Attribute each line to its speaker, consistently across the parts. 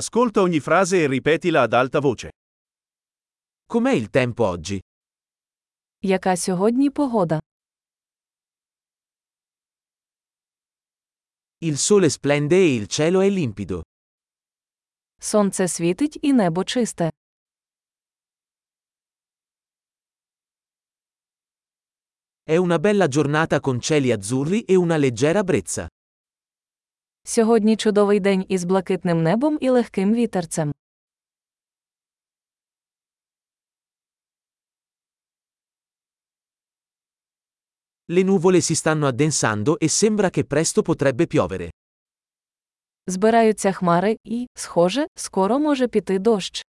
Speaker 1: Ascolta ogni frase e ripetila ad alta voce.
Speaker 2: Com'è il tempo oggi?
Speaker 3: Яка сьогодні погода?
Speaker 2: Il sole splende e il cielo è limpido.
Speaker 3: Сонце світить і небо чисте.
Speaker 2: È una bella giornata con cieli azzurri e una leggera brezza.
Speaker 3: Сьогодні чудовий день із блакитним небом і легким вітерцем.
Speaker 2: Le nuvole si stanno addensando e sembra che presto potrebbe piovere.
Speaker 3: Збираються хмари і, схоже, скоро може піти дощ.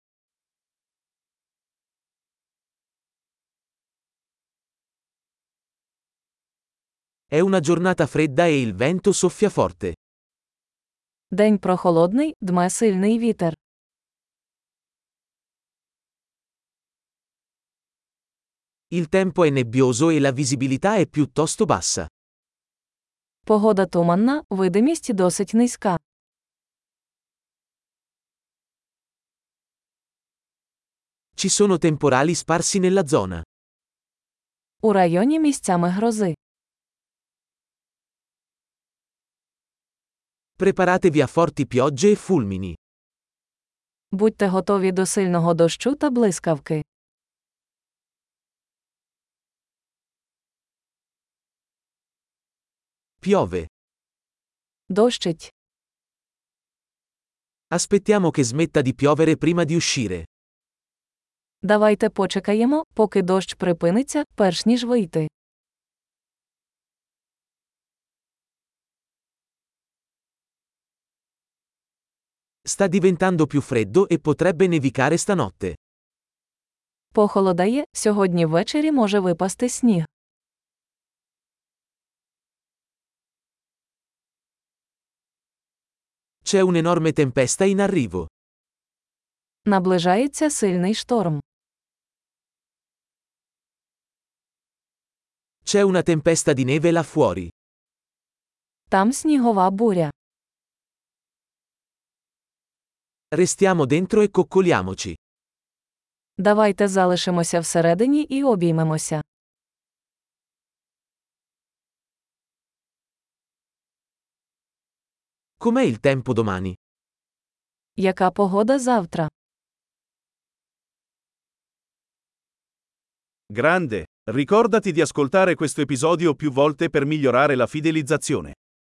Speaker 2: È una giornata fredda e il vento soffia forte.
Speaker 3: День прохолодний, дме сильний вітер.
Speaker 2: Il tempo è nebbioso e la visibilità è piuttosto bassa.
Speaker 3: Погода туманна, видимість досить низька.
Speaker 2: Ci sono temporali sparsi nella zona.
Speaker 3: У районі місцями грози.
Speaker 2: Preparatevi a forti piogge e fulmini.
Speaker 3: Будьте готові до сильного дощу та блискавки.
Speaker 2: Piove.
Speaker 3: Дощить.
Speaker 2: Aspettiamo che smetta di piovere prima di uscire.
Speaker 3: Давайте почекаємо, поки дощ припиниться, перш ніж вийти.
Speaker 2: Sta diventando più freddo e potrebbe nevicare stanotte.
Speaker 3: Похолодає, сьогодні ввечері може випасти сніг.
Speaker 2: C'è un'enorme tempesta in arrivo.
Speaker 3: Наближається сильний шторм.
Speaker 2: C'è una tempesta di neve là fuori.
Speaker 3: Там снігова буря.
Speaker 2: Restiamo dentro e coccoliamoci.
Speaker 3: Давайте залишимося всередині і обіймемося.
Speaker 2: Com'è il tempo domani?
Speaker 3: Яка погода завтра?
Speaker 1: Grande. Ricordati di ascoltare questo episodio più volte per migliorare la fidelizzazione.